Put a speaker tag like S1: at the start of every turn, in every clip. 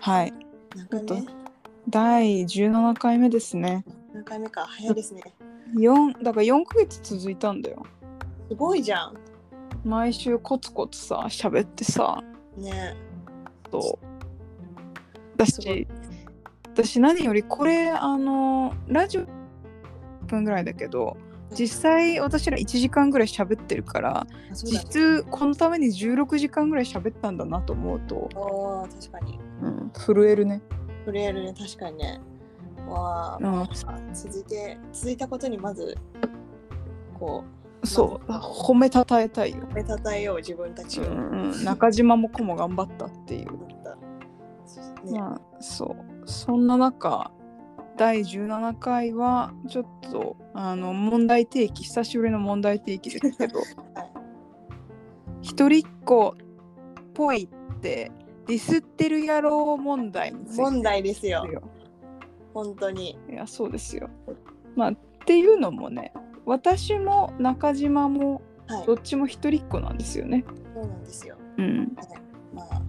S1: はい。
S2: なんかね、
S1: 第17回目ですね。
S2: 何回目か早いですね。
S1: 四だから4ヶ月続いたんだよ。
S2: すごいじゃん。
S1: 毎週コツコツさ、喋ってさ、
S2: ね
S1: そう。
S2: すごい
S1: 私、私何よりこれ、あの、ラジオ1分ぐらいだけど、実際私ら1時間ぐらい喋ってるから、
S2: あそう
S1: 実
S2: だね。
S1: 質このために16時間ぐらい喋ったんだなと思うと、
S2: おー確かに。
S1: うん、震えるね。
S2: 震えるね、確かにね。わあ、
S1: うん、
S2: 続いて、続いたことにまず、こ
S1: そう、褒めたたえたいよ。
S2: う、目たたえよう、自分たちを。
S1: うん、中島も子も頑張ったっていう。
S2: だったね、
S1: まあそうそんな中第17回はちょっとあの問題提起久しぶりの問題提起です けど
S2: はい
S1: 一人っ子っぽいってディスってる野郎問題について
S2: 問題です
S1: で
S2: よ
S1: す、よ
S2: 本当に。
S1: いやそうですよ。まあっていうのもね私も中島も
S2: はい、
S1: ど
S2: そ
S1: っちも一人っ子なんですよね。
S2: うなんですよ。
S1: うん、
S2: まあ、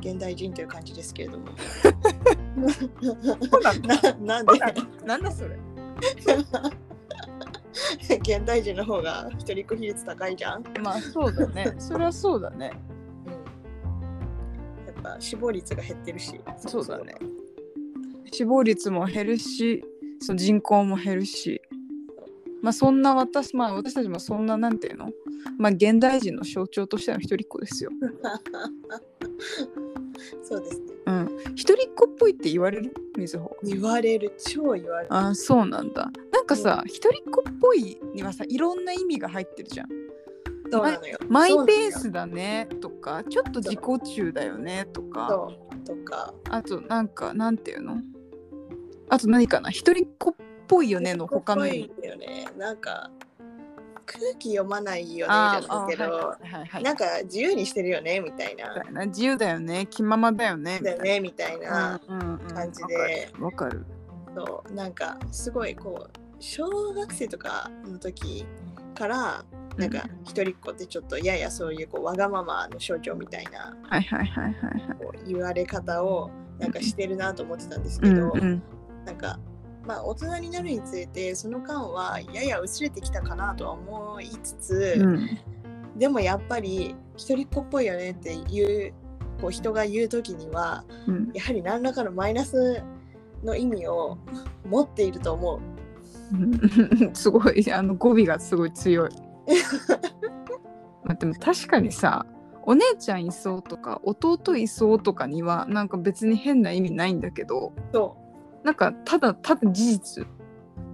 S2: 現代人という感じですけれども。
S1: そうなん
S2: な なんで
S1: なんだそれ
S2: 現代人の方が一人っ子比率高いじゃん、
S1: まあそうだねそれはそうだね。
S2: やっぱ死亡率が減ってるし
S1: そうだね死亡率も減るしその人口も減るしまあそんな私まあ私たちもそんななんていうのまあ現代人の象徴としての一人っ子ですよ。
S2: そうですね
S1: うん。一人っ子っぽいって言われる水穂。
S2: 言われる超言われる
S1: ああそうなんだ。なんかさ一人っ子っぽいにはさいろんな意味が入ってるじゃん。
S2: そうなのよ
S1: マイ
S2: そうなの
S1: ペー
S2: よ
S1: スだねとかちょっと自己中だよねとか
S2: そうとか
S1: あとなんかなんていうのあと何かな一人っ子っぽいよねの他の意味
S2: かっこいいよねなんか空気読まないよねじ
S1: あ
S2: ゃ
S1: ー
S2: ないけど、
S1: あーはいはいはい
S2: な
S1: はい
S2: んか自由にしてるよねみたいな
S1: みたいな自由だよね気ままだよねみ
S2: だよねみたい
S1: たい
S2: な
S1: なうんうんうん
S2: 感じで、
S1: わかる
S2: そうなんかすごいこう小学生とかの時からなんか一人っ子ってちょっとややそういうこうわがままの象徴みたいな
S1: はいはいはいはいはい
S2: こう言われ方をなんかしてるなと思ってたんです
S1: う
S2: け
S1: ん
S2: ど、
S1: うん
S2: なんかまあ大人になるにつれてその間はやや薄れてきたかなとは思いつつ、
S1: うん
S2: でもやっぱり一人っ子っぽいよねっていうこう人が言う時には
S1: うん
S2: やはり何らかのマイナスの意味を持っていると思う。
S1: うん すごいあの語尾がすごい強いまあでも確かにさお姉ちゃんいそうとか弟いそうとかにはなんか別に変な意味ないんだけど
S2: そう
S1: なんかただただ事実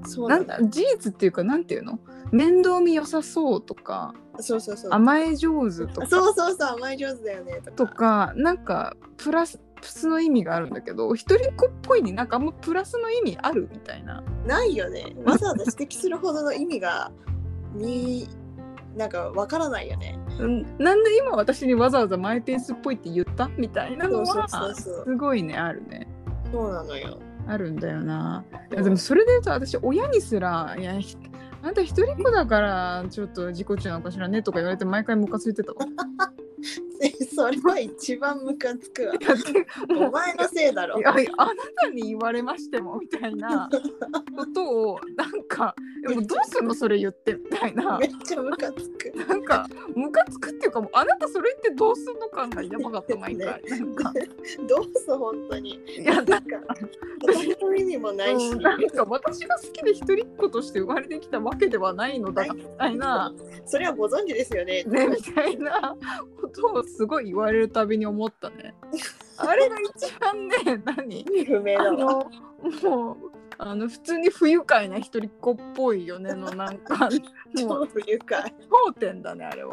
S2: そう
S1: な
S2: なんん
S1: だ
S2: だ。
S1: 事実っていうかなんていうの面倒見良さそうとか
S2: そうそうそう。
S1: 甘え上手とか
S2: そうそうそう、甘え上手だよねとか。
S1: とかなんかプラスプスの意味があるんだけど一人っ子っぽいになんかあんまプラスの意味あるみたいな
S2: ないよね。わざわざ指摘するほどの意味が、に、なんかわからないよね。
S1: うんなんで今私にわざわざマイペースっぽいって言ったみたいなの
S2: そう
S1: は
S2: そうそうそう
S1: すごいねあるね
S2: そうなのよ。
S1: あるんだよないやでもそれで言うと私親にすら「いやひあんた一人っ子だからちょっと自己中なのかしらね」とか言われて毎回ムカついてた わ
S2: それは一番ムカつく わ。
S1: だって
S2: お前のせいだろ
S1: い。やいやあなたに言われましてもみたいなことをなんかでもどうすんのそれ言ってみたいな
S2: めっちゃムカつく。
S1: なんかムカつくっていうかもうあなたそれ言ってどうすんのかがやばかった毎回なんか
S2: どうす本当に。
S1: いや
S2: なんか、私の意味もないし
S1: うん。なんか私が好きで一人っ子として生まれてきたわけではないのだがみたいな
S2: それはご存知ですよね。
S1: ねみたいなことをすごい言われるたびに思ったねあれが一番ね何
S2: 意味不明
S1: あ
S2: だわ。
S1: のもうあの普通に不愉快な一人っ子っぽいよねのなんかも
S2: 超
S1: う
S2: 不愉快。
S1: 頂点だねあれは。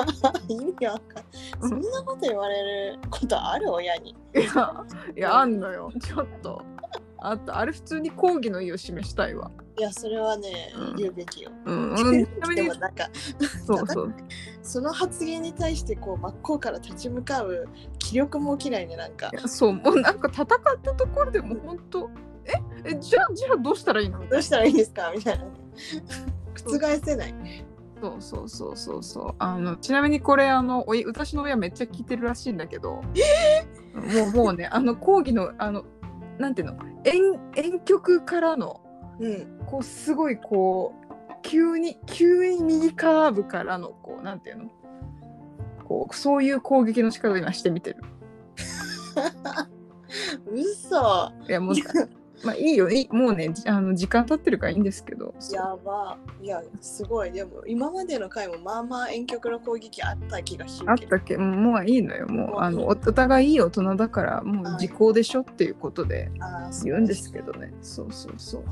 S2: 意味わかんそんなこと言われることある親に。
S1: いやいやあんのよちょっとあとあれ普通に抗議の意を示したいわ。
S2: いや、それはね、
S1: うん
S2: 言うべきよ。
S1: うんうん、
S2: で
S1: ちなみに
S2: もなんか、
S1: そうそう
S2: その発言に対してこう真っ向から立ち向かう気力も起きないね、なんか
S1: い。やそうもうなんか戦ったところでも本当ええじゃあじゃあどうしたらいいのみたいう
S2: ど
S1: な
S2: したらいいですかみたいな。覆せない。
S1: そうそうそうそうそうあのちなみにこれあのおい私の親めっちゃ聞いてるらしいんだけどもうもうねあの講義のあのなんていうの遠遠曲からの
S2: うん
S1: こうすごいこう急に急に右カーブからのこうなんていうのこうそういう攻撃の仕方を今してみてる。
S2: 嘘
S1: いやもうまあいいよいいもうねじあの時間経ってるからいいんですけどそう
S2: やばいやすごいでも今までの回もまあまあ遠曲の攻撃あった気がす
S1: あ
S2: る
S1: っ
S2: けど
S1: たっけうんもういいのよも
S2: も
S1: う
S2: う
S1: あのおお互いいい大人だからもう時効でしょっていうことで
S2: あー
S1: 言うんですけどねそうそうそう、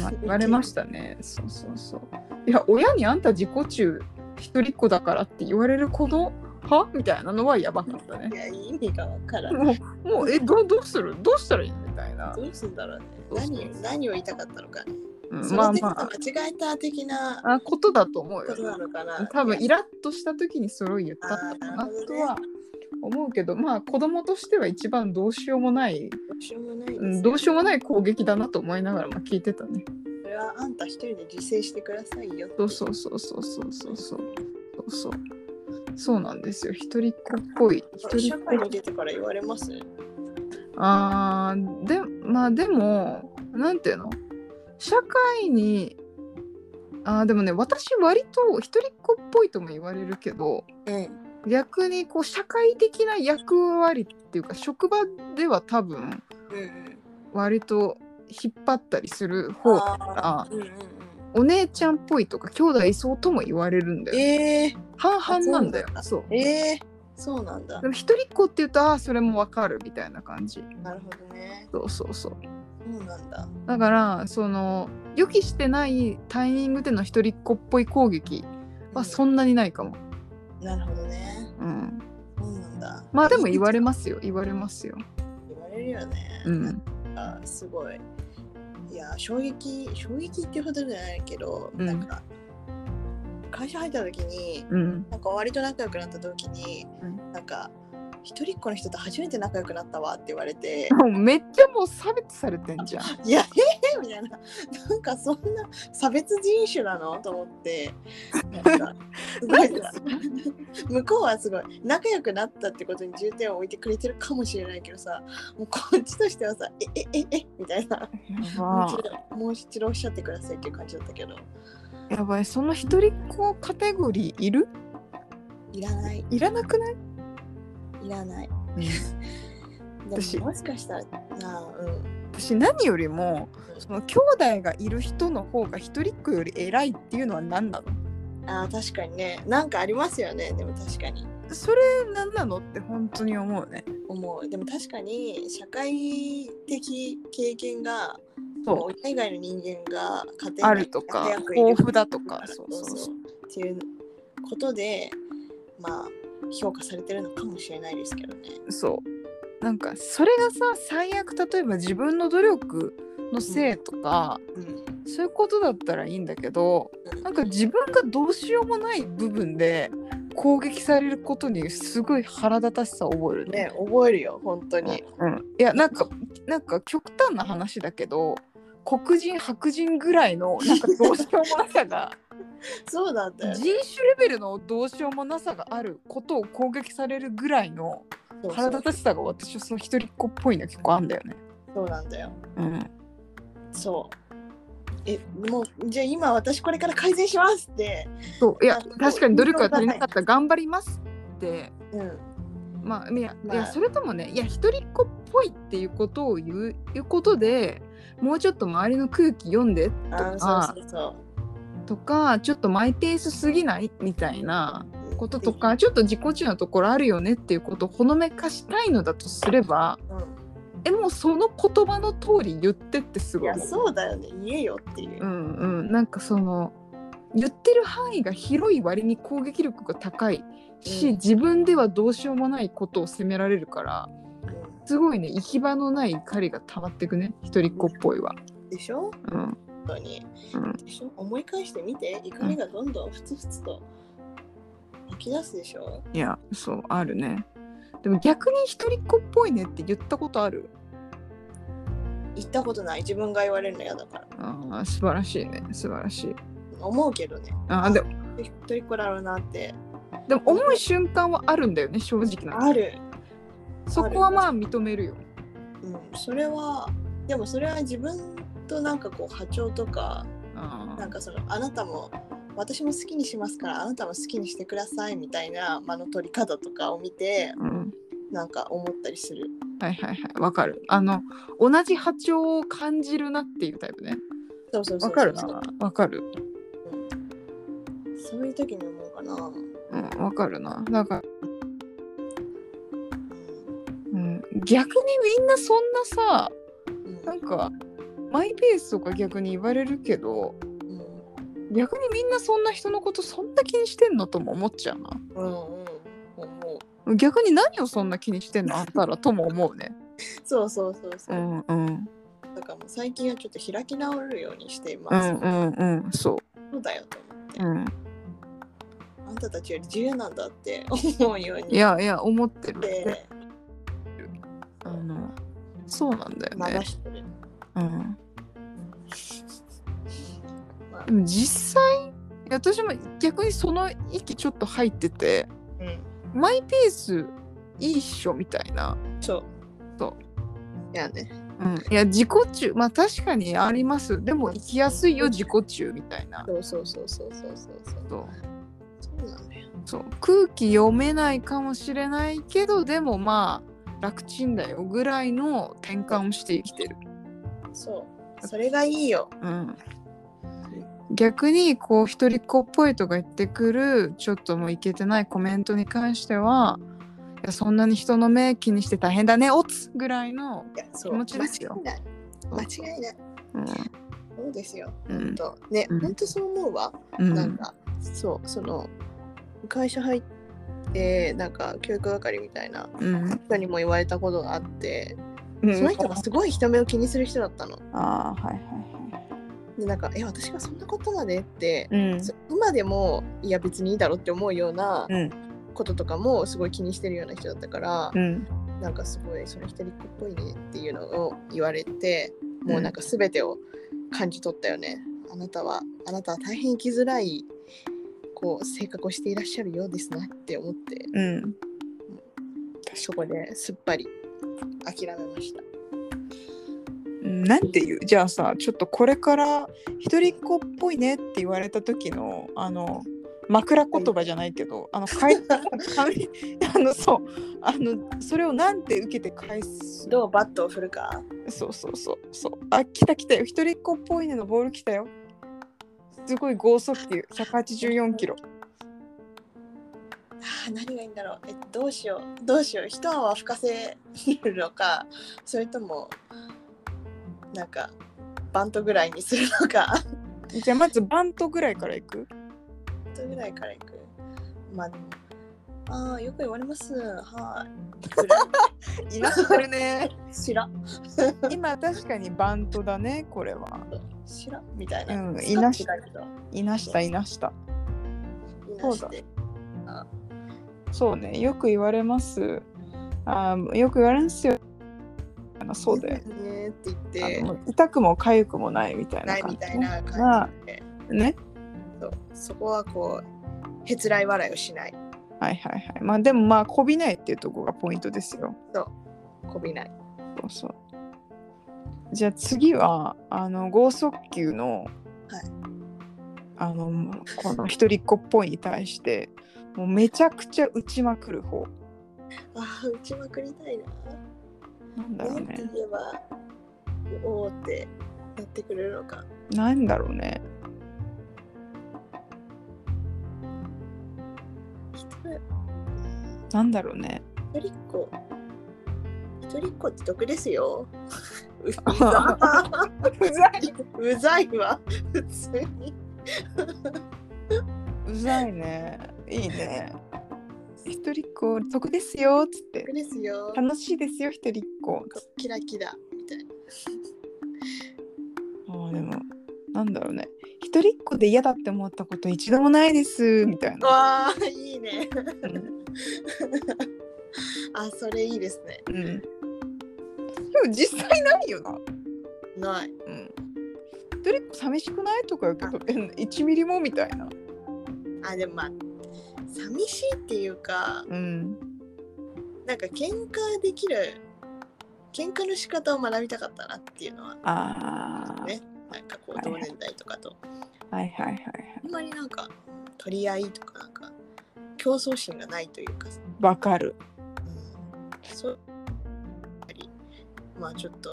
S1: まあ、言われましたねそうそうそういや親にあんた自己中一人っ子だからって言われる子のはみたいなのはやばかったね
S2: いや意味がわからない
S1: もうもうえどうどうするどうしたらいいみたいな、
S2: どうすんだろうね
S1: そうそう
S2: 何何を言いたかったのか
S1: うん
S2: そ
S1: ま
S2: の
S1: あ
S2: テスト
S1: まあ
S2: 間違えた的な
S1: あことだと思う
S2: こ
S1: よ
S2: となのかな
S1: 多分
S2: い
S1: イラッとした時にそれを言ったのかなとは思うけどまあ子供としては一番どうしようもない、
S2: やどうしようもないです
S1: う
S2: ね
S1: ん、どうしようもない攻撃だなと思いながらまあ聞いてたね
S2: それはあんた一人で自制してくださいよって
S1: そうそうそうそうそうそうそうそうそうそうなんですよ一人っ子っぽい一人
S2: 社
S1: っ子
S2: 会
S1: っぽ
S2: に
S1: い
S2: 出てから言われます
S1: あーでまあでもなんていうの社会にあーでもね私割と一人っ子っぽいとも言われるけど、
S2: うん
S1: 逆にこう社会的な役割っていうか職場では多分
S2: うん
S1: 割と引っ張ったりする方だから
S2: うんうんうん
S1: お姉ちゃんっぽいとか兄弟いそうとも言われるんだよ
S2: え
S1: 半々なんだよ
S2: あ
S1: そう
S2: ー、えー、そうなんだ
S1: でも一人っ子っていうとああそれもわかるみたいな感じ
S2: なるほどね
S1: そうそうそう
S2: そうなんだ
S1: だからその予期してないタイミングでの一人っ子っぽい攻撃はそんなにないかも、
S2: なるほどね
S1: うん、
S2: そうなんだ
S1: まあでも言われますよ言われますよ
S2: 言われるよね
S1: うん
S2: あすごい。いや、衝撃、衝撃ってほどじゃないけど、
S1: うん
S2: なんか、会社入った時に、
S1: うん
S2: なんか割と仲良くなった時に、
S1: うん
S2: なんか、一人っ子の人と初めて仲良くなったわって言われて、
S1: もうめっちゃもう差別されてんじ ゃん
S2: いや、えー、みたいな、なんかそんな差別人種なのと思って、なんか、すごいさ向こうはすごい、仲良くなったってことに重点を置いてくれてるかもしれないけどさ、もうこっちとしてはさ、え、え、え、え、みたいな。
S1: や
S2: もう
S1: ば
S2: 一度もう一度おっしゃってくださいっていう感じだったけど、
S1: やばいその一人っ子カテゴリーいる
S2: いらない、
S1: いらなくない
S2: いらない。で
S1: 私
S2: ももしかしたら、なあ、うん。
S1: 私何よりもその兄弟がいる人の方が一人っ子より偉いっていうのは何なの
S2: あー確かにね、なんかありますよね、でも確かに。
S1: それ何なのって本当に思うね
S2: 思う。でも確かに、社会的経験が、
S1: そう
S2: もう親以外の人間が家庭
S1: あるとか
S2: 早くいる
S1: 豊富だとかそうそ
S2: そ
S1: う
S2: う
S1: そ
S2: そうう。っていうことで、まあ、評価されてるのかもしれないですけどね。
S1: そうなんかそれがさ最悪例えば自分の努力のせいとか、
S2: うん。
S1: そういうことだったらいいんだけどなんか自分がどうしようもない部分で攻撃されることにすごい腹立たしさを覚えるね
S2: ね、覚えるよ、本当に。
S1: うん、いやなんかなんか極端な話だけど黒人白人ぐらいのなんかどうしようもなさ が
S2: そうだった
S1: 人
S2: よね
S1: 種レベルのどうしようもなさがあることを攻撃されるぐらいの
S2: そうそう
S1: 腹立たしさが私はその一人っ子っぽいの結構あんだよね。
S2: そうなんだよ。
S1: うん、
S2: そう。え、もう、じゃあ今私これから改善しますって。
S1: そういや
S2: あそう
S1: 確かに努力が足りなかった頑張りますって
S2: うん。
S1: まあいや,、
S2: まあ
S1: いやそれともねいや一人っ子っぽいっていうことを言ういうことでもうちょっと周りの空気読んでと
S2: あ
S1: か
S2: あ、そうそうそ
S1: とかちょっとマイペースすぎないみたいな
S2: う。
S1: ことと。かちょっと自己中のところあるよねっていうことをほのめかしたいのだとすれば
S2: う
S1: えもうその言葉の通り言ってってす
S2: ん。い
S1: ごい
S2: や、。そうだよね。言えよっていうう。
S1: んうん、なんかその言ってる範囲が広い割に攻撃力が高いし、
S2: うん
S1: 自分ではどうしようもないことを責められるから
S2: うん
S1: すごいね行き場のない怒りが溜まってくね一人っ子っぽいは。
S2: でしょ
S1: うん
S2: 本当に。
S1: うん
S2: でしょ思い返してみて、怒りがどんどんふつふつと湧き出すでしょ
S1: いやそうあるねでも逆に一人っ子っぽいねって言ったことある
S2: 言ったことない。自分が言われるの嫌だから。
S1: あー素晴らしいね素晴らしい
S2: 思うけどね。
S1: あーでも
S2: 一人っ子だろうなって。
S1: でも思う瞬間はあるんだよね正直な
S2: ある。
S1: そこはまあ認めるよ。
S2: うん、それはでもそれは自分となんかこう波長とか
S1: あ
S2: なんかそのあなたも私も好きにしますからあなたも好きにしてくださいみたいな間の取り方とかを見て
S1: ーうん、
S2: なんか思ったりする。
S1: はいはいはいわかる。あの同じ波長を感じるなっていうタイプね。
S2: そうそうそうそう
S1: わかる。
S2: そういう時に思うかな。
S1: うんわかるな。なんか、
S2: う
S1: うん、逆にみんなそんなさ
S2: んうん
S1: なんかマイペースとか逆に言われるけど逆にみんなそんな人のことそんな気にしてんのとも思っちゃうな。
S2: うんうん思う
S1: 逆に何をそんな気にしてんのあんたらとも思うね。
S2: そうそうそうそうう、
S1: んうん
S2: だからもう最近はちょっと開き直るようにしていま
S1: う
S2: す、
S1: んうんうんそ
S2: そうだよと思って
S1: う。うん、
S2: あんたたちより自由なん だって思うように
S1: いやいや思ってる。
S2: で
S1: あのそうなんだよね
S2: 流。してる、
S1: うん
S2: まあ
S1: でも実際私も逆にその息ちょっと入ってて
S2: うん、
S1: マイペースいいっしょみたいな、
S2: そう
S1: そう
S2: いやね
S1: うん、いや自己中まあ確かにありますでも生きやすいよ自己中みたいな
S2: そうそうそうそうそうそうそう
S1: そう
S2: そうなんだよ
S1: そう空気読めないかもしれないけどでもまあ楽ちんだよぐらいの転換をして生きてる、
S2: そうそれがいいよ
S1: うん、逆にこう一人っ子っぽいとか言ってくるちょっともういけてないコメントに関してはいやそんなに人の目気にして大変だねおつぐらいの、
S2: いやそう
S1: 気持ちですよ
S2: 間違いない間違いない
S1: うん
S2: そうですよ
S1: うん
S2: とね、
S1: うん
S2: ほんとそう思うわ
S1: うん、
S2: なんかそうその会社入ってなんか教育係みたいな
S1: うん、
S2: 人にも言われたことがあって、
S1: うん
S2: その人がすごい人目を気にする人だったの。
S1: ああはいはいはい
S2: でなんか「え私がそんなことまで?」って、
S1: うん
S2: そ今でもいや別にいいだろって思うような
S1: うん
S2: こととかもすごい気にしてるような人だったから、
S1: うん
S2: なんかすごいそれ一人っ子っぽいねっていうのを言われてもうなんか全てを感じ取ったよね。あなたはあなたは大変生きづらいこう性格をしていらっしゃるようですなって思って
S1: うん
S2: そこですっぱり諦めました。
S1: うんなんていうじゃあさちょっとこれから一人っ子っぽいねって言われた時のあの枕言葉じゃないけどあの返 紙あのそうあのそれをなんて受けて返す
S2: どうバットを振るか
S1: そうそうそうそうあ来た来たよ一人っ子っぽいねのボール来たよすごい剛速球184キロ
S2: あー何がいいんだろうえどうしようどうしよう一泡吹かせるのかそれともなんかバントぐらいにするのかバン
S1: じゃあまずバントぐらいからいく
S2: トぐらいからいくまあでもああよく言われますはいぐらい
S1: 今知ってるね
S2: 知らん
S1: 今確かにバントだねこれは
S2: 知らんみたいな、
S1: うん
S2: スカッチだけど
S1: いなしたいなした
S2: い
S1: そ
S2: な
S1: う
S2: し
S1: だ
S2: て
S1: そうね、よく言われます。あーよく言われますよ。あのそうだよ。
S2: いいねっ
S1: あ
S2: て言って
S1: の痛くも痒くもないみたい
S2: な
S1: ない
S2: み
S1: 感じ
S2: た
S1: ね、
S2: いな感じで
S1: ね。
S2: そうそこはこうへつらい笑いをしない
S1: はいはいはい。まあでもまあ、こびないっていうところがポイントですよ。
S2: こびない
S1: そうそう。じゃあ次は、あの、剛速球の、
S2: はい
S1: あの、この一人っ子っぽいに対して、もうめちゃくちゃ打ちまくる方。
S2: ああ打ちまくりたいな
S1: なんだろ
S2: な
S1: うん
S2: て
S1: ね。
S2: 言えば、おおってやってくれるのか。
S1: なんだろうね。
S2: 一
S1: なんだろうね。
S2: 人っ子。一人っ子って得ですよ。うざ
S1: うざい。
S2: いうざいわ。普通に。
S1: うざいね。いいね。一人っ子得ですよっつって
S2: 得ですよ。
S1: 楽しいですよ一人っ子。
S2: キラキラみたいな。
S1: あーでもなんだろうね一人っ子で嫌だって思ったこと一度もないですみたいな。
S2: わあ、いいね。
S1: うん
S2: あ、それいいですね。
S1: うん。でも実際ないよな。
S2: ない。
S1: うん。一人っ子寂しくないとか言うけどえ1ミリもみたいな。
S2: あ、でもまあ、寂しいっていうか、
S1: うん。
S2: なんか喧嘩できる喧嘩の仕方を学びたかったなっていうのは
S1: ああ、
S2: ねなんかこう
S1: はい
S2: 同
S1: はい
S2: 年代とかと、
S1: はいはいはいはい。
S2: あんまりなんか取り合いとかなんか競争心がないというかさ、
S1: わかる。
S2: うん、そうやっぱりまあちょっと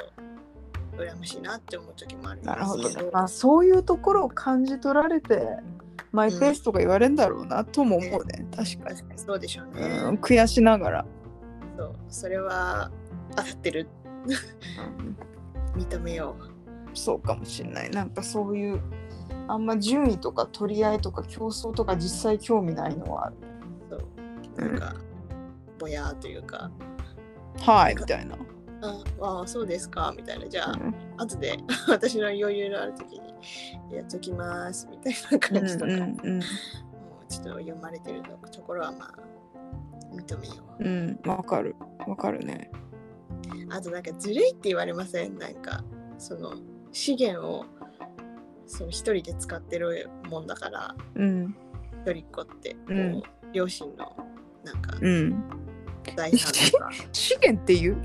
S2: 羨ましいなって思う時もあるんで
S1: なるほど
S2: すけ
S1: ね
S2: ど。
S1: まあそういうところを感じ取られて、マイペースとか言われるんだろうなとも思うね。確かに。
S2: 確かにそうでしょうね、
S1: うん、悔しながら。
S2: そうそれは合ってる認めよ
S1: そうかもしれないなんかそういうあんま順位とか取り合いとか競争とか実際興味ないのはある
S2: うそうなんか、ぼやーというか
S1: はいみたいな、
S2: あああそうですかみたいなじゃあ後で 私の余裕のある時にやっときますみたいな
S1: うんう
S2: 感じとか、も
S1: んうん
S2: うちょっと読まれてるところはまあ認めよう
S1: うんわかるわかるね
S2: あとなんかずるいって言われませんなんかその資源をその一人で使ってるもんだから
S1: うん
S2: 一人っ子って、こう
S1: うん
S2: 両親のなんか
S1: うん
S2: 財産とか
S1: 資源っていう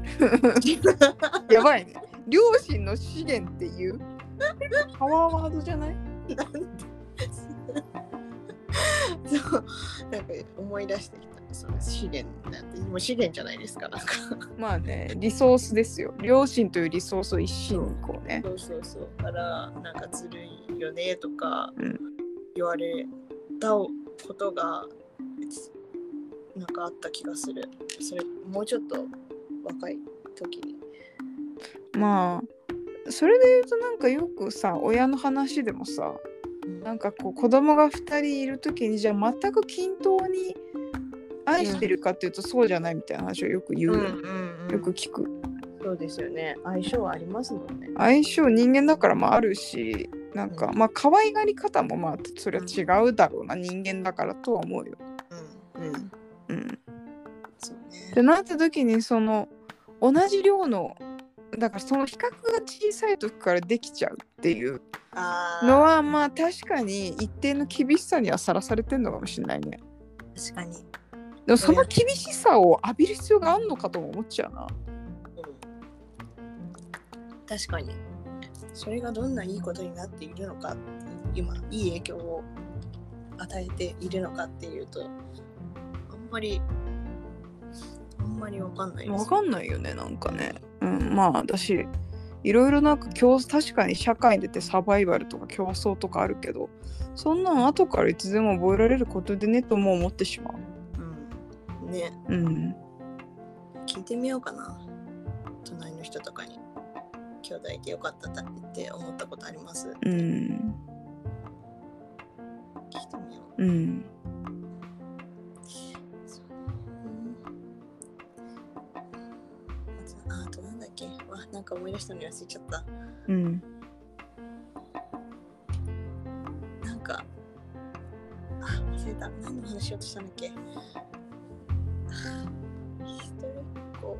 S1: やばいね両親の資源っていうパワーワードじゃない
S2: なんてそうなんか思い出してきたその資源なんてもう資源じゃないですかなんか
S1: まあねリソースですよ両親というリソースを一心にこうね
S2: そうそうそうだからなんかずるいよねとか
S1: うん
S2: 言われたことがなんかあった気がするそれもうちょっと若い時に
S1: まあそれで言うとなんかよくさ親の話でもさなんかこう子供が2人いる時にじゃあ全く均等に愛してるかっていうとそうじゃないみたいな話をよく言うよ、
S2: ん
S1: よく聞く
S2: そうですよね相性はありますもんね
S1: 相性人間だからまああるしなんか
S2: うん
S1: まあ可愛がり方もまあそれは違うだろうな人間だからとは思うよ。
S2: うんうん
S1: うん、
S2: そうね
S1: でなった時にその同じ量のだからその比較が小さい時からできちゃうっていう
S2: あ
S1: の
S2: あ
S1: はまあ確かに一定の厳しさにはさらされてんのかもしれないね。
S2: 確かに、
S1: でもその厳しさを浴びる必要があるのかとも思っちゃうな。
S2: うん、確かにそれがどんないいことになっているのか今いい影響を与えているのかっていうとあんまりあんまりわかんないです
S1: わかんないよねなんかね。うん、まあ私いろいろなんか競確かに社会に出てサバイバルとか競争とかあるけどそんなの後からいつでも覚えられることでねとも思ってしま
S2: うん、ね
S1: う。うん、
S2: 聞いてみようかな隣の人とかに兄弟でよかったって思ったことあります、
S1: うん、
S2: 聞いてみよう
S1: うん。
S2: あとなんだっけわなんか思い出したのに忘れちゃった
S1: うん、
S2: なんかあ忘れた何の話しようとしたんだっけはあ一人っ子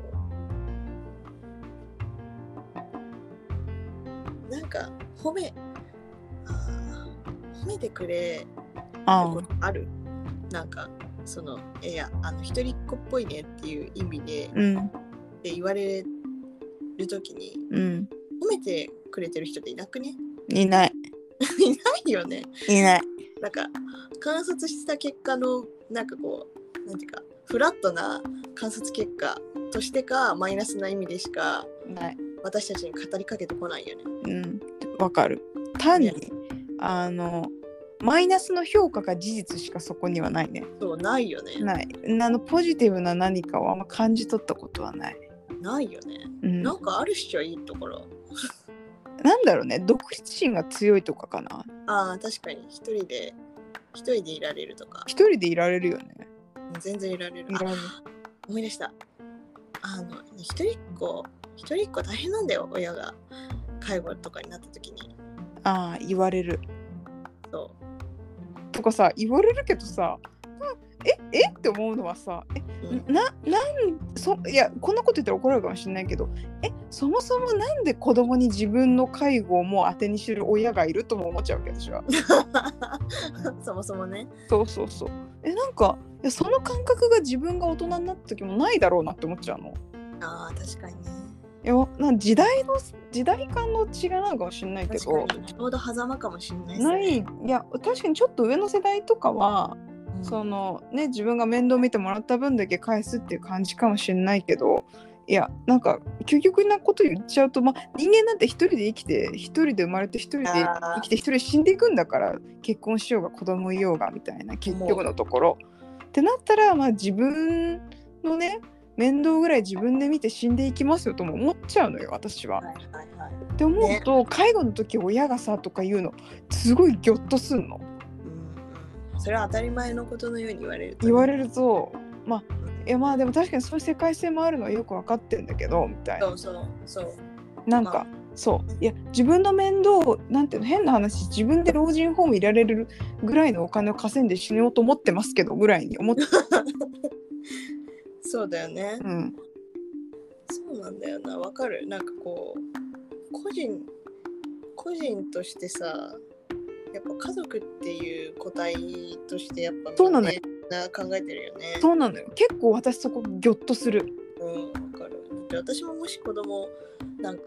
S2: なんか褒めあー褒めてくれ
S1: あ
S2: ことあるなんかそのいやあの一人っ子っぽいねっていう意味で
S1: うん
S2: って言われる時に
S1: うん
S2: 褒めてくれてる人っていなくね
S1: いない
S2: いないよね
S1: いない
S2: なんか観察した結果のなんかこうなんていうかフラットな観察結果としてかマイナスな意味でしか
S1: ない。
S2: 私たちに語りかけてこないよね。
S1: うん、わかる。単に
S2: ね
S1: あのマイナスの評価が事実しかそこにはないね。
S2: そうないよね。
S1: ない。あのポジティブな何かをあんま感じ取ったことはない。
S2: ないよね。
S1: うん、
S2: な
S1: なん
S2: かあるっしょいいところ。
S1: んだろうね独立心が強いとかかな
S2: ああ確かに一人で一人でいられるとか
S1: 一人でいられるよね
S2: 全然いられる。
S1: い
S2: あ
S1: られる
S2: 思い出したあの一人っ子一人っ子大変なんだよ親が介護とかになった時に
S1: ああ言われる
S2: そ
S1: とかさ言われるけどさ、うん、ええって思うのはさ
S2: うん
S1: ななんそいやこんなこと言ったら怒られるかもしれないけどえそもそもなんで子供に自分の介護をもう当てにしてる親がいるとも思っちゃうわけ私は
S2: そもそもね。
S1: そうそうそうえなんかいやその感覚が自分が大人になった時もないだろうなって思っちゃうのい
S2: ああ、確かにね。
S1: やわなんか時代の時代感の違いなのかもしれないけ
S2: 確
S1: ど
S2: かに。ちょうど狭間かもしれないです
S1: ない
S2: ね。
S1: いや確かにちょっと上の世代とかは、
S2: うん
S1: そのね自分が面倒見てもらった分だけ返すっていう感じかもしれないけどいやなんか究極なこと言っちゃうと、まあ、人間なんて一人で生きて一人で生まれて一人で
S2: あー
S1: 生きて一人で死んでいくんだから結婚しようが子供いようがみたいな結局のところ。ってなったら、まあ、自分のね面倒ぐらい自分で見て死んでいきますよとも思っちゃうのよ私は。
S2: はいはいはい。
S1: って思うと、介護の時親がさとか言うのすごいギョッとすんの。
S2: うんうんそれは当たり前のことのように言われるとね、
S1: 言われるとまあいやまあでも確かにそういう世界性もあるのはよく分かってんだけどみたいな
S2: そうそうそう。
S1: なんか、
S2: まあ
S1: そういや自分の面倒をなんていうの変な話自分で老人ホームいられるぐらいのお金を稼いで死のうと思ってますけどぐらいに 思って、
S2: そうだよね。
S1: うん、
S2: そうなんだよな。わかる。なんかこう、個人、個人としてさ、やっぱ家族っていう個体としてやっぱ
S1: そうなのよ
S2: みんな考えてるよね。
S1: そうなのよ結構私そこギョッとする
S2: うん、わかる。で私ももし子供なんか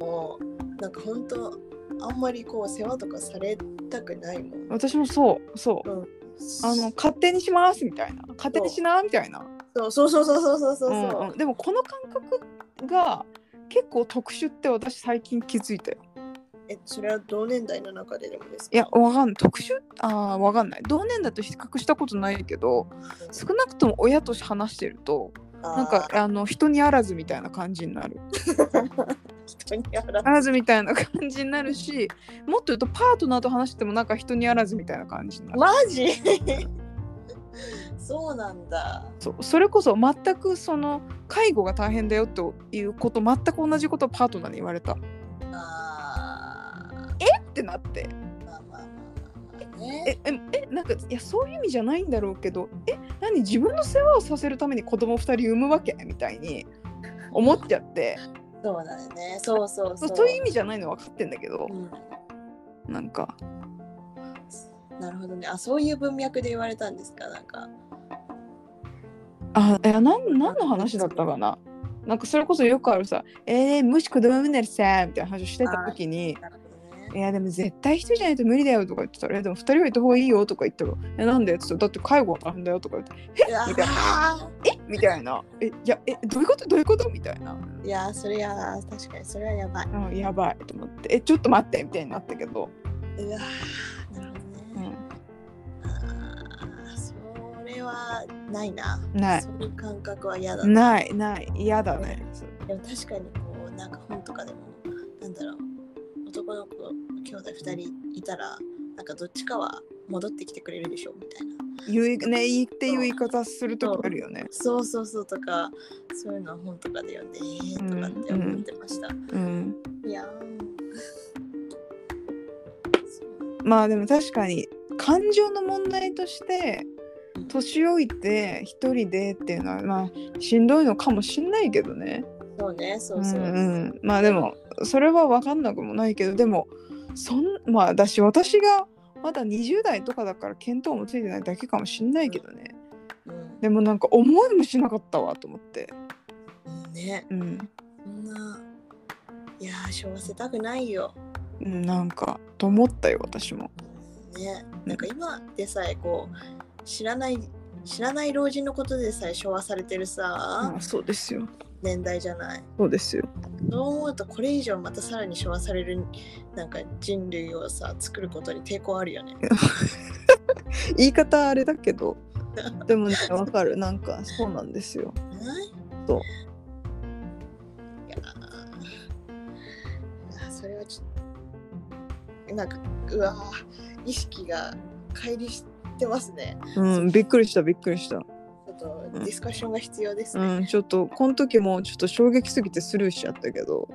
S2: もうなんか本当あんまりこう世話とかされたくないもん。
S1: 私もそうそうあの勝手にしますみたいな勝手にしなみたいな
S2: そうそうそうそうそうそうそう。
S1: うんうんでもこの感覚が結構特殊って私最近気づいたよ
S2: えそれは同年代の中ででもですか。
S1: いや、わかんない。特殊あーわかんない。同年代と比較したことないけど、少なくとも親と話してると、
S2: な
S1: なんかあの人にあらずみたいな感じになる。
S2: 人にやら
S1: あらずみたいな感じになるし、もっと言うとパートナーと話してもなんか人にあらずみたいな感じになる。
S2: マジそうなんだ。
S1: そうそれこそ全くその介護が大変だよということ全く同じことをパートナーに言われたっ
S2: あー
S1: てなって
S2: まあまあまあまあね。
S1: えええなんかいやそういう意味じゃないんだろうけどえ何自分の世話をさせるために子供2人産むわけみたいに思っちゃ って
S2: そうだよね。そうそ
S1: そ
S2: うそうう。
S1: そういう意味じゃないの分かってんだけど
S2: うん
S1: なんか
S2: なるほどね。あそういう文脈で言われたんですかなんか。
S1: あいやなん何の話だったかななんかそれこそよくあるさ「えー、もし子供産んだらさ」みたいな話をしてた時に
S2: なるほど
S1: 「い
S2: ね。
S1: やでも絶対一人じゃないと無理だよ」とか言ってたら「いやでも二人はいた方がいいよ」とか言ったら「えなんで?」って言ったらだって介護は大変だよ」とか言って
S2: いや
S1: みたい「えみたいな「えいやえどういうことどういうこと?」みたいな。
S2: いやそれや確かにそれはやばい。
S1: うん、やばいと思って「えちょっと待って」みたいになったけど、
S2: うわーなるほ
S1: う
S2: どね。
S1: ん、
S2: あーそれはないな。
S1: ない
S2: そういう感覚は嫌だな。
S1: ないない嫌だね
S2: でも確かにこうなんか本とかでもなんだろう男の子兄弟二人いたらなんかどっちかは戻ってきてくれるでしょみたいな
S1: 言いね言いっていう言い方する時あるよね
S2: そうそうそうとかそういうのは本とかで読んでええー、とかって思ってました、
S1: うん
S2: いやーそう
S1: まあでも確かに感情の問題として
S2: うん
S1: 年老いて一人でっていうのはまあしんどいのかもしんないけどね
S2: そうねそううんそう、
S1: うんまあでもそれは分かんなくもないけどでもそんまあだし私がまだ20代とかだから見当もついてないだけかもしんないけどね
S2: うん
S1: でもなんか思いもしなかったわと思って
S2: ね
S1: うん、
S2: そんないやーしょわせたくないよ
S1: うん、なんかと思ったよ私も
S2: ねなんか今でさえこう知らない知らない老人のことでさえ昭和されてるさ、
S1: あそうですよ
S2: 年代じゃない
S1: そうですよ
S2: そう思うとこれ以上またさらに昭和されるなんか人類をさ作ることに抵抗あるよね
S1: 言い方あれだけ どでもねわかるなんかそうなんですよ
S2: ない
S1: そう
S2: いやーあそれはちょっとなんかうわー意識が乖離してますね
S1: うん、びっくりしたびっくりした。
S2: ちょっとディスカッションが必要ですね、
S1: うん、ちょっとこの時もちょっと衝 撃すぎてスルーしちゃったけど、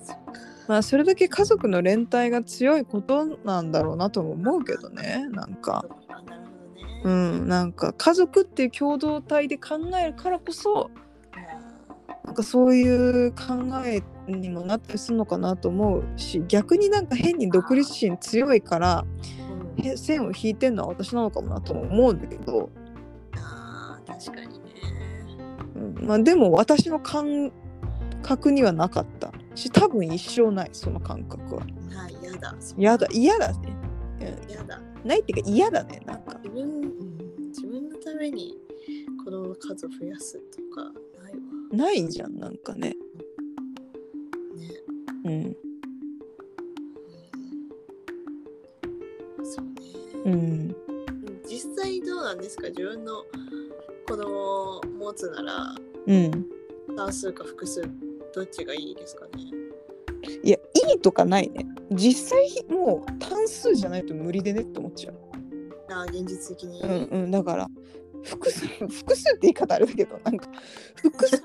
S2: そうか
S1: まあそれだけ家族の連帯が強いことなんだろうなとも思うけどねなんか
S2: あなるほどね。
S1: う
S2: あ
S1: んなんか家族っていう共同体で考えるからこそなんかそういう考えにもなったりするのかなと思うし逆になんか変に独立心強いから
S2: ーうん
S1: へ線を引いてんのは私なのかもなとも思うんだけど、
S2: あー確かにね。
S1: うんまあ、でも私の感覚にはなかったし多分一生ないその感覚は
S2: あー嫌だ。そんな
S1: 嫌だ嫌だね
S2: 嫌だ。
S1: ないっていうか嫌だねなんか
S2: 自分、うん自分のために子供の数を増やすとかないわ。
S1: ないじゃんなんかね
S2: ね。
S1: うん
S2: そうね。
S1: うん
S2: 実際どうなんですか自分の子供を持つなら
S1: うん
S2: 単数か複数どっちがいいですかね
S1: いやいいとかないね実際もう単数じゃないと無理でねって思っちゃう
S2: あー現実的に。
S1: うんうんだから複数 複数って言い方あるけどなんか複数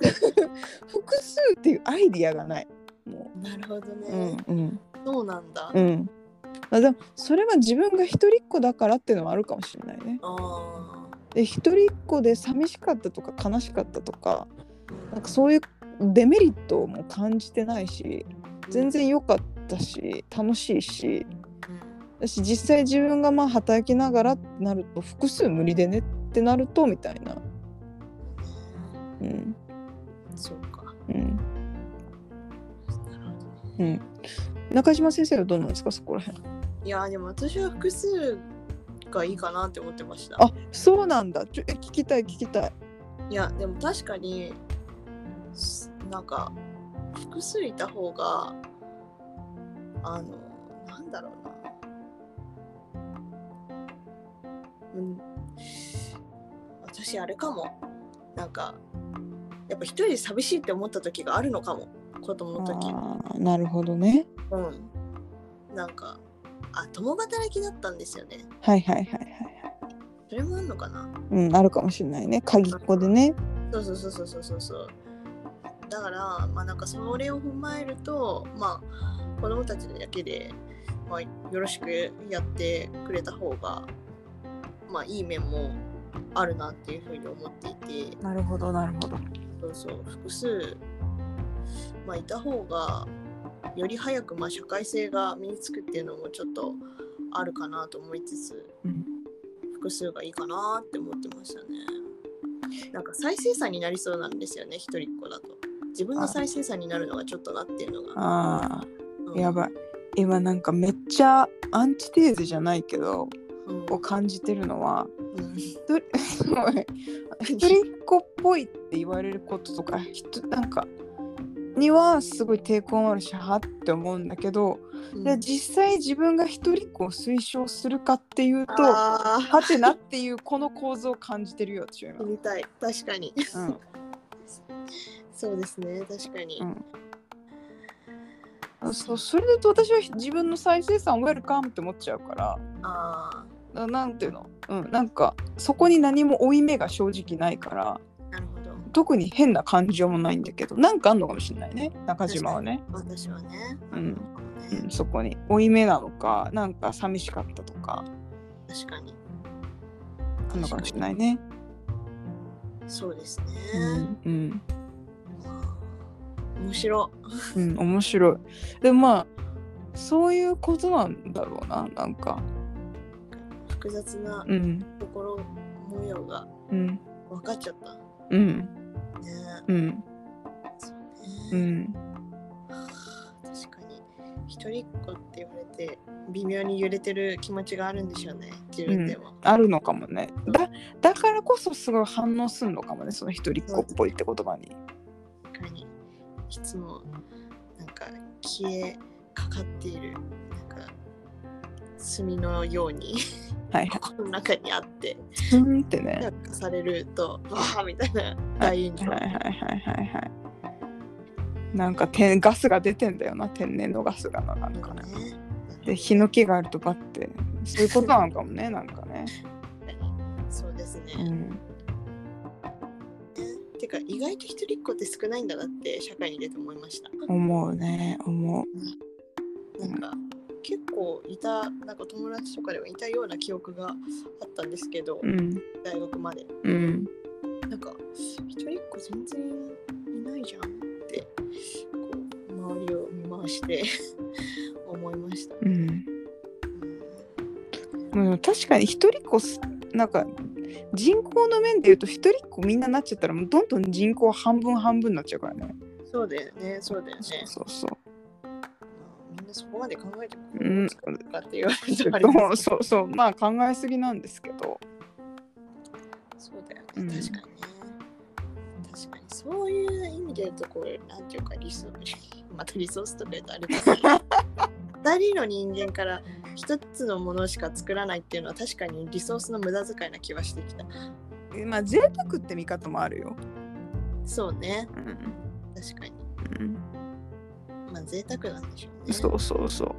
S1: 複数っていうアイディアがないも
S2: なるほど
S1: う、うん
S2: ね。
S1: うん
S2: そうなんだ。
S1: うんあでもそれは自分が一人っ子だからっていうのはあるかもしれないね
S2: あ
S1: で一人っ子で寂しかったとか悲しかったとか
S2: あ。
S1: なんかそういうデメリットも感じてないし全然良かったし楽しいし
S2: うん
S1: だし実際自分がまあ働きながらってなると複数無理でねってなるとみたいなうん
S2: そうか。
S1: うん
S2: なるほどね。
S1: うん、中島先生はどうなんですかそこら辺
S2: いやーでも私は複数がいいかなって思ってました。
S1: あそうなんだちょえ聞きたい聞きたい
S2: いやでも確かにすなんか複数いた方があのなんだろうなうん私あれかもなんかやっぱ一人で寂しいって思った時があるのかも子供の時
S1: あーなるほどね
S2: うんなんかあ共働きだったんですよね
S1: はいはいはいはい
S2: それもあるのかな
S1: うんあるかもしれないね鍵っ子でね
S2: そうそうそうそうそうそうそうだからまあなんかそれを踏まえるとまあ子供たちだけで、まあ、よろしくやってくれた方がまあいい面もあるなっていうふうに思っていて
S1: なるほどなるほど
S2: そうそう複数まあいた方がより早くまあ社会性が身につくっていうのもちょっとあるかなと思いつつ、
S1: うん
S2: 複数がいいかなって思ってましたねなんか再生産になりそうなんですよね一人っ子だと自分の再生産になるのがちょっとなっていうのが
S1: あ
S2: う
S1: ー
S2: ん
S1: やばい今なんかめっちゃアンチテーゼじゃないけど
S2: うん
S1: を感じてるの は
S2: うん
S1: どすごい一人っ子っぽいって言われることとかひとなんかにはすごい抵抗もあるしはって思うんだけど、で実際自分が一人っ子を推奨するかっていうとは
S2: あー
S1: てなっていうこの構造を感じてるよ私は
S2: 知りたい確かに
S1: 今、うん
S2: そうですね確かに、
S1: あそうそれで言うと私は自分の再生産をウェルカムって思っちゃうから
S2: あ
S1: ななんていうの、うん、なんかそこに何も負い目が正直ないから
S2: あなるほど
S1: 特に変な感情もないんだけどなんかあんのかもしれないね中島はね、
S2: 私はね、
S1: うん
S2: ね
S1: うん、そこに負い目なのかなんか寂しかったとか
S2: 確かに
S1: あんのかもしれないね。
S2: そうですね、
S1: うんうん
S2: 面白
S1: うん、面白い。でもまあそういうことなんだろうななんか。
S2: 複雑な
S1: うん
S2: 心模様が
S1: うん
S2: 分かっちゃった
S1: うん
S2: ね
S1: うんう
S2: えね
S1: ん
S2: えはあ確かに一人っ子って言われて微妙に揺れてる気持ちがあるんでしょうね自分でも、
S1: あるのかもね。だだからこそすごい反応するのかもねその一人っ子っぽいって言葉に。
S2: 確かにいつもなんか消えかかっているなんか炭のよ うに
S1: はいはい。
S2: この中にあって
S1: スンってね
S2: なん。かされるとわあみたいな大炎
S1: は
S2: 上
S1: いはいはいはいはい。なんかてガスが出てんだよな天然のガスがななん
S2: なん
S1: か
S2: か
S1: ね。
S2: ね
S1: でヒノキがあるとバッてそういうことなのかも ねなんかね。
S2: そうですね、
S1: うん
S2: てか意外と一人っ子って少ないんだなって社会に出て思いました。
S1: 思うね思う。
S2: なんか結構いたなんか友達とかでもいたような記憶があったんですけど、
S1: うん
S2: 大学まで
S1: うん
S2: なんか一人っ子全然いないじゃんってこう周りを見回して 思いました、
S1: うん
S2: うん
S1: まあでも確かに一人っ子すなんか人口の面でいうと一人っ子みんななっちゃったらもうどんどん人口半分半分になっちゃうからね
S2: そうだよねそうだよね
S1: そうそうそう
S2: まあみんなそこまで考えて
S1: うん
S2: かって言われ
S1: ちょ
S2: た
S1: っ
S2: らあれ
S1: と
S2: ですけ
S1: そ
S2: ど
S1: うそうまあ考えすぎなんですけど
S2: そうだよね
S1: う
S2: 確
S1: ん
S2: かにね、確かにそういう意味で言うとこれなんていうかリソまたリソースとか言うとあれだけど二人の人間から一つのものしか作らないっていうのは確かにリソースの無駄遣いな気はしてきた
S1: まあ贅沢って見方もあるよ、
S2: そうね
S1: うん
S2: 確かにまあ贅沢なんでしょうね
S1: そうそうそう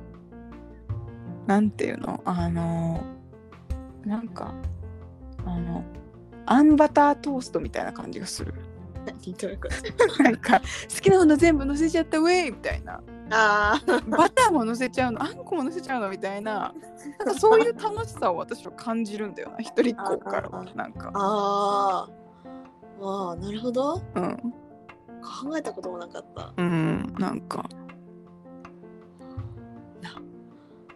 S1: なんていうのあのなんかあのあんバタートーストみたいな感じがする
S2: 何どういうこと
S1: なんか好きなもの全部乗せちゃったウェイみたいな
S2: ああ
S1: バターも乗せちゃうのあんこも乗せちゃうのみたいななんかそういう楽しさを私は感じるんだよな一人っ子からはなんか
S2: あーあーなるほど
S1: うん
S2: 考えたこともなかった
S1: うんなんか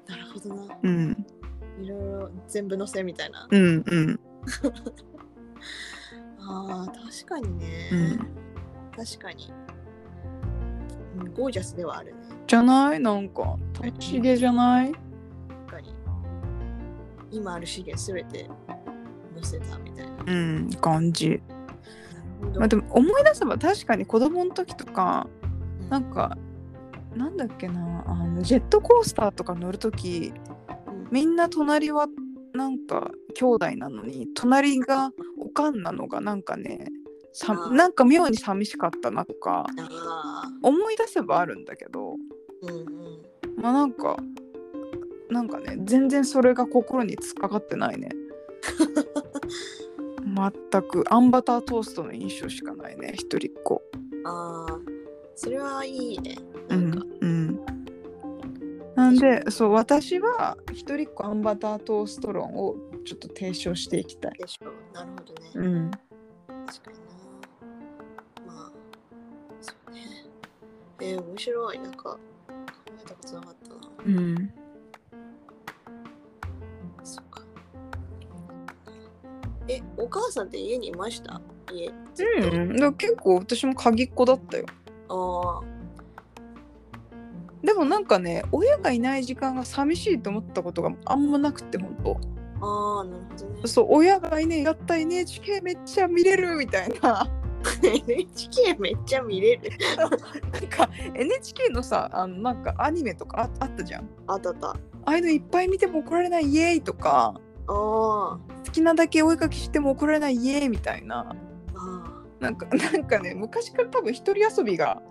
S2: なるほどな
S1: うん
S2: いろいろ全部のせみたいな。
S1: うんうん
S2: ああ、確かにね。
S1: うん
S2: 確かに、うんゴージャスではあるね。
S1: じゃないなんか楽しげじゃない
S2: 確かに。今ある資源すべてのせたみたいな。
S1: うん感じま
S2: な
S1: あ
S2: る
S1: でも思い出せば確かに子供の時とか
S2: ほど
S1: なんかなんだっけなあのジェットコースターとか乗る時
S2: うん
S1: みんな隣はなんか兄弟なのに隣がおかんなのがなんかねさ
S2: あー
S1: なんか妙に寂しかったなとか
S2: あ
S1: 思い出せばあるんだけど
S2: ーうんうん。
S1: まあなんかなんかね全然それが心に突っかかってないね全くあんバタートーストの印象しかないね一人っ子
S2: ああ、それはいいね。
S1: う
S2: なん
S1: ん
S2: か、
S1: うんなんでそう私は一人っ子あんバタートースト論をちょっと提唱していきたい
S2: でしょう。なるほどね。
S1: うん
S2: 確かにな。まあ、そうね。えー、面白い。なんか、考えたことなかったな。
S1: うん
S2: そっか。え、お母さんって家にいました家。
S1: うん、だから結構私も鍵っ子だったよ。
S2: ああ。
S1: でもなんかね、親がいない時間が寂しいと思ったことがあんまなくて、本
S2: ああ、なるほどね
S1: 当。。そう、親がいねえ、やった NHK めっちゃ見れるみたいな。
S2: NHK めっちゃ見れる。
S1: なんか NHK のさ、あのなんかアニメとかああったじゃん。
S2: あったあった。あ
S1: ああいうのいっぱい見ても怒られないイエーイとか、
S2: あ。
S1: 好きなだけお絵かきしても怒られないイエーイみたいな。
S2: あ
S1: なんか なんかね、昔から多分一人遊びが
S2: あ。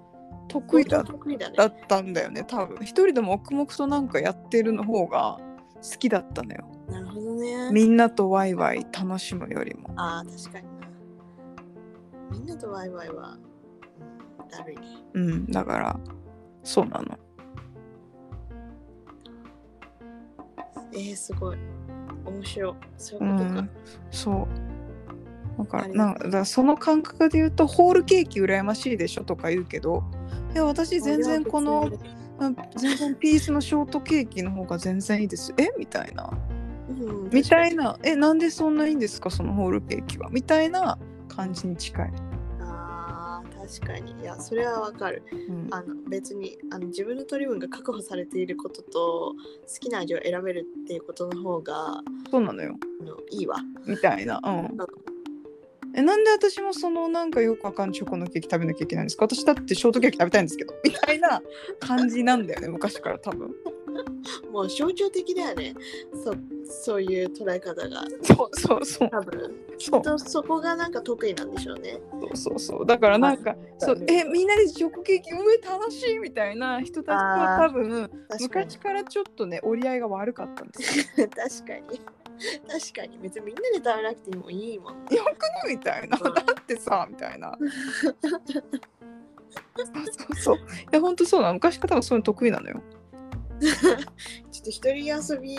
S1: 得意だ
S2: 得意だね
S1: だ。ったんだよね多分一人でも黙々となんかやってるの方が好きだったのよ
S2: なるほどね。
S1: みんなとワイワイ楽しむよりも
S2: ああ、確かにな。みんなとワイワイは、うんだるいね。
S1: うんだからそうなの
S2: えー、すごい。面白い。そう
S1: う
S2: いうことか。
S1: んそうだから
S2: ありが
S1: なんだからその感覚で言うとホールケーキ羨ましいでしょとか言うけどいや私全然このうん全然ピースのショートケーキの方が全然いいですえみたいな
S2: うん、
S1: みたいなえなんでそんないいんですかそのホールケーキはみたいな感じに近い、
S2: ああ確かにいやそれはわかる
S1: うん、
S2: あの別にあの自分の取り分が確保されていることと好きな味を選べるっていうことの方があ
S1: そうなのよ
S2: のいいわ
S1: みたいな。うん。え、なんで私もそのなんかよくわかんないチョコのケーキ食べなきゃいけないんですか私だってショートケーキ食べたいんですけど。 みたいな感じなんだよね、昔から多分。
S2: もう象徴的だよねそそういう捉え方が
S1: そうそうそう。
S2: 多分
S1: そう
S2: とそこがなんか得意なんでしょうね
S1: そうそうそう。だからなんか、そうえ、みんなでチョコケーキ、うえ、楽しいみたいな人たちは多分、
S2: 確かに
S1: 昔からちょっとね、折り合いが悪かったんですよ。
S2: 確かに確かに別にみんなで食べなくてもいいもんね
S1: よくねみたいな。だってさ、みたいな。そうそうそう。いや、ほんとそうなの。昔から多分そういうの得意なのよ。
S2: ちょっと一人遊び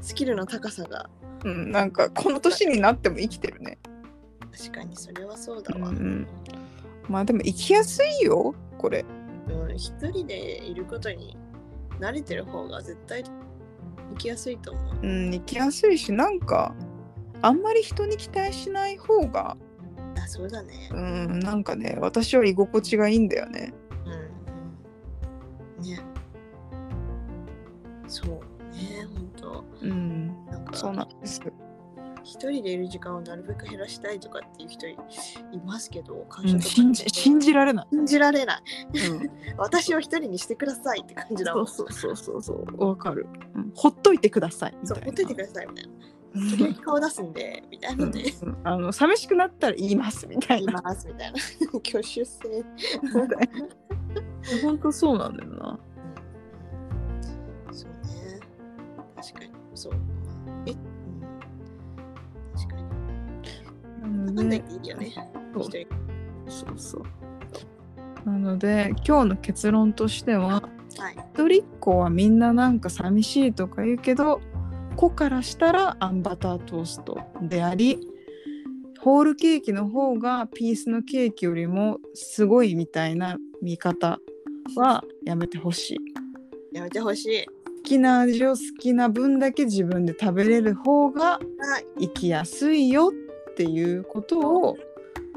S2: スキルの高さが
S1: うん、なんかこの年になっても生きてるね。
S2: 確かにそれはそうだわ。
S1: うんうんまあでも生きやすいよ、これ。
S2: うん一人でいることに慣れてる方が絶対行きやすいと思う。
S1: うん、生きやすいし、なんかあんまり人に期待しない方が、
S2: あ、そうだね。
S1: うん、なんかね、私は居心地がいいんだよね。
S2: うん。ね。そうね、本当
S1: うん、
S2: なんか
S1: そうなんです。
S2: 一人でいる時間をなるべく減らしたいとかっていう人いますけど、感
S1: うん、信じ信じられない。
S2: 信じられない。
S1: うん、
S2: 私を一人にしてくださいって感じだもん。
S1: そうそうそうそう、わかる、うんほっといてください。み
S2: そ
S1: た
S2: う
S1: いな
S2: ほっといてくださいみたいな。時々顔出すんで、みた いなので。
S1: うんあの寂しくなったら言いますみたい
S2: い
S1: な。
S2: ますみたいな挙手制
S1: 本当そうなんだよな。
S2: そうね確かにそうえ、うん、確かになんだっ
S1: ね、
S2: ていいよね
S1: そう
S2: 一人
S1: そうそう。なので今日の結論としては
S2: はい
S1: 一人っ子はみんななんか寂しいとか言うけど子からしたらあんバタートーストでありホールケーキの方がピースのケーキよりもすごいみたいな見方はやめてほしい。
S2: やめてほしい
S1: 好きな味を好きな分だけ自分で食べれる方が
S2: はい
S1: 生きやすいよっていうことを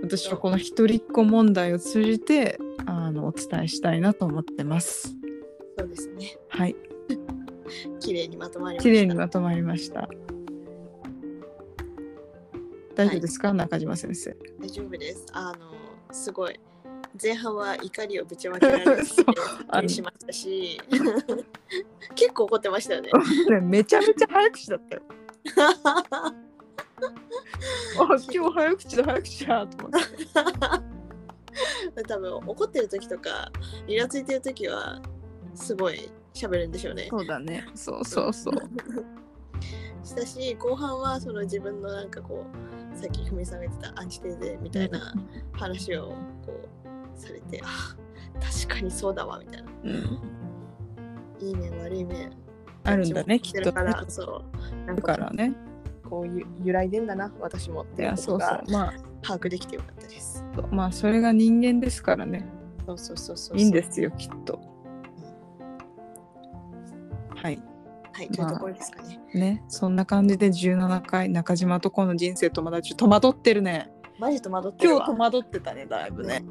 S1: 私はこの一人っ子問題を通じてあのお伝えしたいなと思ってます。
S2: そうですね
S1: はい、
S2: 綺麗にまとまりまし
S1: 綺
S2: た
S1: 麗にまとまりました。大丈夫ですか、中島先生。
S2: 大丈夫ですあのすごい前半は怒りをぶちまけられ て
S1: そうあの
S2: しましたし 結構怒ってましたよね
S1: めちゃめちゃ早口だ ったよ。あ今日早口だ早口だと思って。
S2: 多分怒ってる時とかイラついてる時はすごい喋るんでしょうね
S1: そうだね。そうそうそう。
S2: したし後半はその自分のなんかこうさっき踏み下げてたアンチテーゼみたいな話をこうされてあ確かにそうだわみたいな
S1: うん、
S2: いい面悪い面
S1: あるんだねきっと
S2: だからそうなん
S1: だ
S2: か
S1: からね。
S2: こうゆ揺らいでんだな私もっ
S1: い
S2: ていう
S1: や
S2: こ
S1: そ
S2: と
S1: うそう
S2: が。
S1: まあ
S2: 把握できてよかったです
S1: まあそれが人間ですからね
S2: そうそうそうそう
S1: いいんですよきっとはい
S2: はいというところですかね、
S1: ねそんな感じで17回中島とこの人生友達戸惑ってるね
S2: マジ戸惑ってる
S1: 今
S2: わ
S1: 日戸惑ってたねだいぶね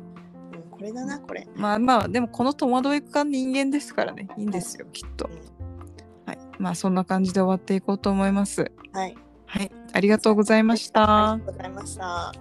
S2: うんこれだなこれ
S1: まあまあでもこの戸惑いが人間ですからねいいんですよきっとはいまあそんな感じで終わっていこうと思います
S2: はい
S1: はいありがとうございました
S2: ありがとうございました